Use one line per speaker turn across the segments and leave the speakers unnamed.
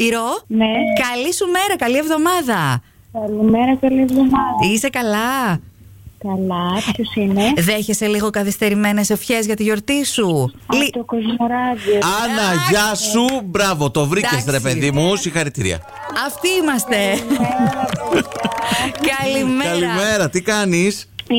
Ηρώ,
Ναι.
καλή σου μέρα, καλή εβδομάδα.
Καλημέρα, καλή εβδομάδα.
Είσαι καλά.
Καλά, ποιος
Ε,
είναι.
Δέχεσαι λίγο καθυστερημένες ευχές για τη γιορτή σου.
Από το Κοσμοράδιο.
Άννα, γεια σου! Μπράβο, το βρήκες
Εντάξει. ναι.
ρε παιδί μου. Συγχαρητήρια.
Αυτοί είμαστε. Καλημέρα.
Καλημέρα, τι κάνεις.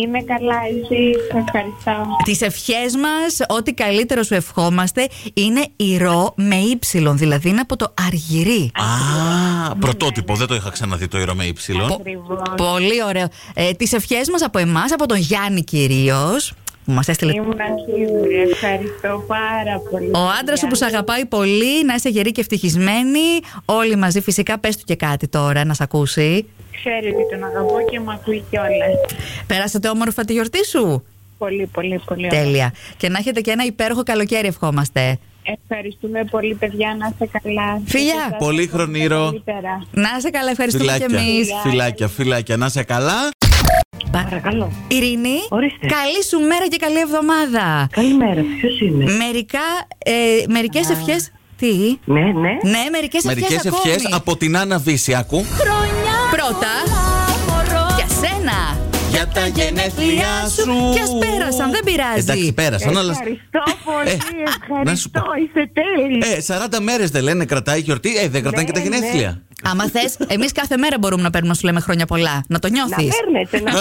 Είμαι καλά, εσύ. Σε ευχαριστώ.
Τις ευχές μας, ό,τι καλύτερο σου ευχόμαστε, είναι ηρώ με ύψιλον, δηλαδή είναι από το αργυρί.
Α,
ναι.
πρωτότυπο. Δεν το είχα ξαναδεί το ήρωα με
Πο-
ύψιλον.
Ακριβώς.
Πολύ ωραίο. Ε, Τις ευχές μας από εμάς, από τον Γιάννη κυρίως, που μας έστειλε
Ήμουν σίγουρη. Ευχαριστώ πάρα πολύ.
Ο άντρας σου που σε αγαπάει πολύ, να είσαι γερή και ευτυχισμένη. Όλοι μαζί, φυσικά, πες του και κάτι τώρα να σε ακούσει.
Ξέρει ότι τον αγαπώ και με ακούει κιόλας.
Πέρασατε όμορφα τη γιορτή σου.
Πολύ, πολύ, πολύ.
Τέλεια. Και να έχετε και ένα υπέροχο καλοκαίρι, ευχόμαστε.
Ευχαριστούμε πολύ, παιδιά. Να είστε καλά.
Φιλιά.
Και σας
Πολύχρονη
εύχομαι
ηρώα.
καλύτερα.
Να είσαι καλά, ευχαριστούμε κι
Φιλάκια.
εμείς.
Φιλάκια, φιλάκια. Να είσαι καλά.
Παρακαλώ.
Ειρήνη,
Ορίστε.
καλή σου μέρα και καλή εβδομάδα.
Καλημέρα, ποιος είναι.
Μερικά, ε, μερικές ευχές... Τι?
Ναι, ναι.
Ναι, μερικές ευχές
Μερικές
ακόμη.
ευχέ από την Άννα Βύση. Άκου.
Πρώτα, για σένα.
Για τα γενέθλιά σου.
Κι ας πέρασαν, δεν πειράζει.
Εντάξει, πέρασαν, αλλά.
Ευχαριστώ πολύ.
Ε, να σου πω.
Ευχαριστώ. Είστε τέλειοι.
Ε, 40 μέρες δεν λένε κρατάει η γιορτή. Ε, δεν κρατάνε και τα
Ναι,
γενέθλια.
Άμα θες, εμείς κάθε μέρα μπορούμε να παίρνουμε να σου λέμε χρόνια πολλά. Να το
Ε,
Να
νιώθει.
παίρνετε,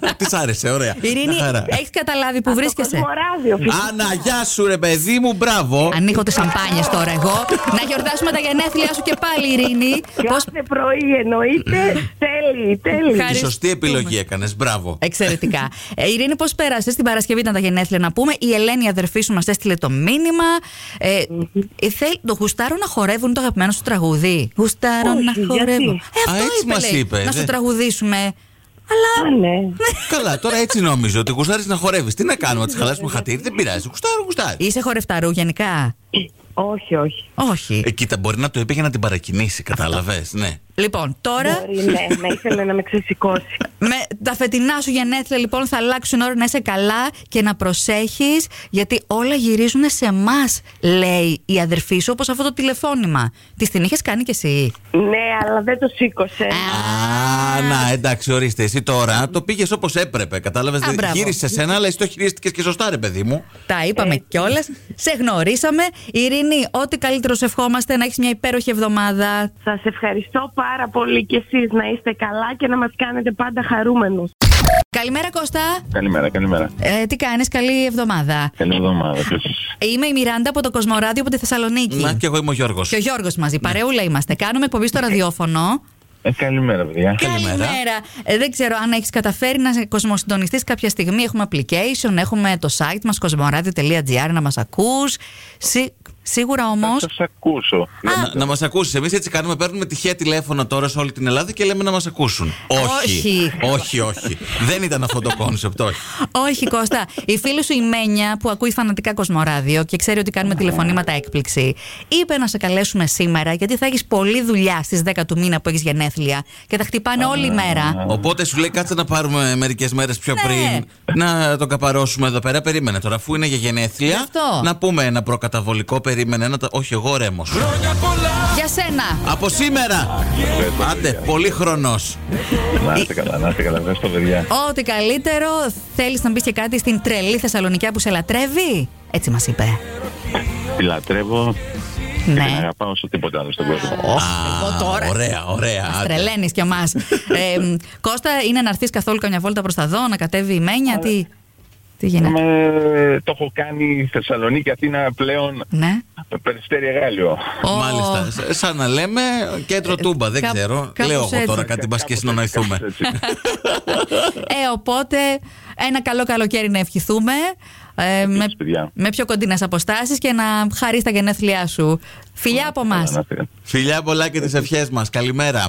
να
Τη άρεσε, ωραία.
Ναι. Ειρήνη,
Μια χαρά.
έχεις καταλάβει που βρίσκεσαι.
Κοσμοράδιο,
Ε,
φυσικά.
Άννα, γεια σου, ρε παιδί μου, μπράβο.
Ανοίγω τις σαμπάνιες τώρα εγώ. να γιορτάσουμε τα γενέθλιά σου και πάλι, Ειρήνη.
ε,
Πώς...
Κάθε πρωί εννοείται. τέλει, τέλει.
Χα-
Τη σωστή
Ευχαριστούμε.
επιλογή έκανες. Μπράβο.
Εξαιρετικά. Ε, Ειρήνη, πώς πέρασες την Παρασκευή, ήταν τα γενέθλια να πούμε. Η Ελένη, η αδερφή σου, μας έστειλε το μήνυμα. Ε,
Mm-hmm.
ε, θέλ- το γουστάρω να χορεύουν το αγαπημένο σου τραγουδί. Γουστάρω
Όχι,
να
γιατί?
χορεύουν. Ε,
Α,
αυτό
έτσι μας ε.
λέει,
είπες,
Να
δε.
σου τραγουδήσουμε. Αλλά
Α, ναι.
Καλά, τώρα έτσι νομίζω ότι γουστάρεις να χορεύεις. Τι να κάνουμε, να τη χαλάσουμε χατήρι, δεν πειράζει. Γουστάρω, γουστάρει.
είσαι χορευταρού γενικά.
όχι, όχι.
Όχι.
Ε, κοίτα, μπορεί να το είπε για να την παρακινήσει, κατάλαβες. Ναι.
Λοιπόν, τώρα
Μπορεί, ναι, να ήθελε να με ξεσηκώσει.
με τα φετινά σου γενέθλια λοιπόν θα αλλάξουν ώρα να είσαι καλά και να προσέχεις γιατί όλα γυρίζουν σε εμάς, λέει η αδερφή σου όπως αυτό το τηλεφώνημα. Τη την είχες κάνει κι εσύ.
ναι, αλλά δεν το σήκωσε.
Α, να, εντάξει, ορίστε. Εσύ τώρα το πήγες όπως έπρεπε. Κατάλαβες.
Α, μπράβο.
Γύρισε σε σένα, αλλά εσύ το χειρίστηκε και σωστά, ρε παιδί μου.
Τα είπαμε κιόλας. Σε γνωρίσαμε. Ειρήνη, ό,τι καλύτερο σε ευχόμαστε να έχεις μια υπέροχη εβδομάδα.
Σας ευχαριστώ πάρα πολύ και εσείς να είστε καλά και να μας κάνετε πάντα χαρούμενους.
Καλημέρα Κώστα.
Καλημέρα, καλημέρα.
Ε, τι κάνεις, καλή εβδομάδα.
Καλή εβδομάδα. ποιος είσαι.
Είμαι η Μιράντα από το Κοσμοράδιο από τη Θεσσαλονίκη.
Να, και εγώ είμαι ο Γιώργος.
Ναι. Και ο Γιώργος μαζί, παρεούλα είμαστε. Κάνουμε εκπομπή στο ραδιόφωνο.
Ε, καλημέρα, παιδιά.
Καλημέρα. Ε, δεν ξέρω αν έχεις καταφέρει να κοσμοσυντονιστεί κάποια στιγμή. Έχουμε application, έχουμε το site μας κοσμοradio.gr να μας ακούς. σίγουρα όμως.
Θα σας ακούσω.
Να, να μας ακούσεις. Εμείς έτσι κάνουμε. Παίρνουμε τυχαία τηλέφωνα τώρα σε όλη την Ελλάδα και λέμε να μας ακούσουν.
Όχι.
Όχι. όχι, όχι. Δεν ήταν αυτό το κόνσεπτ, όχι.
Όχι, Κώστα. Η φίλη σου η Μένια που ακούει φανατικά Κοσμοράδιο και ξέρει ότι κάνουμε τηλεφωνήματα έκπληξη, είπε να σε καλέσουμε σήμερα γιατί θα έχεις πολλή δουλειά στις 10 του μήνα που έχεις γενέθλια και τα χτυπάνε όλη η μέρα.
Οπότε σου λέει κάτσε να πάρουμε μερικές μέρες πιο
Ναι.
πριν. Να τον καπαρώσουμε εδώ πέρα. Περίμενε τώρα, αφού είναι για γενέθλια.
Γι' αυτό.
Να πούμε ένα προκαταβολικό. Περίμενε ένα. τα- Όχι, εγώ ρέμος.
Για σένα.
Από σήμερα!
ε,
Ευχαριστώ,
Άντε,
παιδιά.
πολύ χρονός.
Να είστε καλά, να είστε καλά. Ευχαριστώ, παιδιά.
Ό,τι καλύτερο. Θέλεις να μπεις και κάτι στην τρελή Θεσσαλονικιά που σε λατρεύει. Έτσι μας είπε.
Τη λατρεύω και την
Ναι.
αγαπάω όσο τίποτα άλλο στον κόσμο.
εγώ τώρα.
Ωραία, ωραία.
Μας
άντε.
τρελαίνεις κι εμάς. Κώστα, είναι να έρθεις καθόλου καμιά βόλτα προς τα δω, να κατέβει η Μένια, τι, τι γίνεται.
Ε, το έχω κάνει Θεσσαλονίκη, Αθήνα πλέον
Ναι.
περιστέρι γάλλιο.
Ω,
Μάλιστα. Σ- Σαν να λέμε κέντρο τούμπα, δεν
Ε, κάπου-
ξέρω.
κάπως
Λέω εγώ
έτσι.
τώρα κάτι μπα και συνονοηθούμε.
Ε, οπότε ένα καλό καλοκαίρι να ευχηθούμε. ε, με,
παιδιά.
με πιο κοντινές αποστάσεις και να χαρείς τα γενέθλιά σου. Φιλιά από εμάς.
Να είστε καλά.
Φιλιά πολλά και τις ευχές μας. Καλημέρα.